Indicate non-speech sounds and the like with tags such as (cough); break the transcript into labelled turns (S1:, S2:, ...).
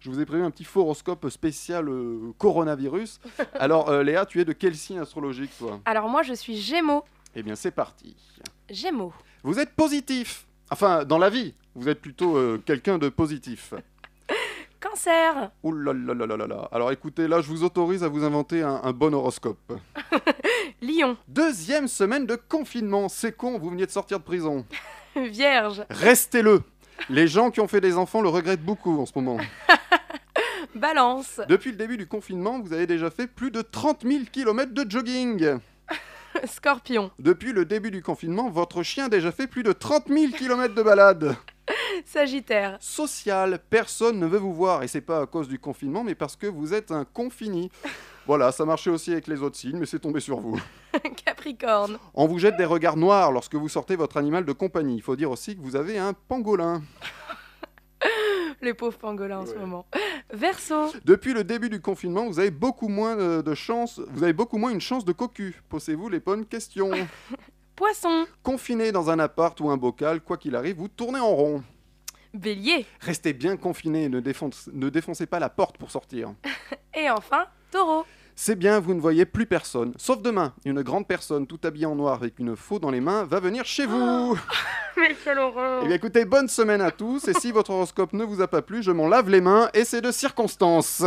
S1: je vous ai prévu un petit horoscope spécial euh, coronavirus. Alors, euh, Léa, tu es de quel signe astrologique, toi
S2: Alors moi, je suis Gémeaux.
S1: Eh bien, c'est parti.
S2: Gémeaux.
S1: Vous êtes positif. Enfin, dans la vie, vous êtes plutôt euh, quelqu'un de positif.
S2: Cancer.
S1: Ouh là là là là là là. Alors, écoutez, là, je vous autorise à vous inventer un, un bon horoscope.
S2: Lion.
S1: Deuxième semaine de confinement. C'est con, vous veniez de sortir de prison.
S2: Vierge.
S1: Restez-le. Les gens qui ont fait des enfants le regrettent beaucoup en ce moment.
S2: Balance.
S1: Depuis le début du confinement, vous avez déjà fait plus de 30 000 km de jogging.
S2: (laughs) Scorpion.
S1: Depuis le début du confinement, votre chien a déjà fait plus de 30 000 km de balade.
S2: Sagittaire. (laughs)
S1: Social, personne ne veut vous voir, et c'est pas à cause du confinement, mais parce que vous êtes un confini. Voilà, ça marchait aussi avec les autres signes, mais c'est tombé sur vous.
S2: Capricorne.
S1: On vous jette des regards noirs lorsque vous sortez votre animal de compagnie. Il faut dire aussi que vous avez un pangolin.
S2: Le pauvre pangolin en ce
S1: Ouais.
S2: moment. Verseau.
S1: Depuis le début du confinement, vous avez beaucoup moins euh, de chance, vous avez beaucoup moins une chance de cocu. Posez-vous les bonnes questions.
S2: Poisson.
S1: Confiné dans un appart ou un bocal, quoi qu'il arrive, vous tournez en rond.
S2: Bélier.
S1: Restez bien confiné, ne, défonce- ne défoncez pas la porte pour sortir.
S2: Et enfin, Taureau.
S1: C'est bien, vous ne voyez plus personne. Sauf demain, une grande personne tout habillée en noir avec une faux dans les mains va venir chez vous.
S2: Mais quelle horreur.
S1: Eh bien écoutez, bonne semaine à tous, et si votre horoscope ne vous a pas plu, je m'en lave les mains, et c'est de circonstance.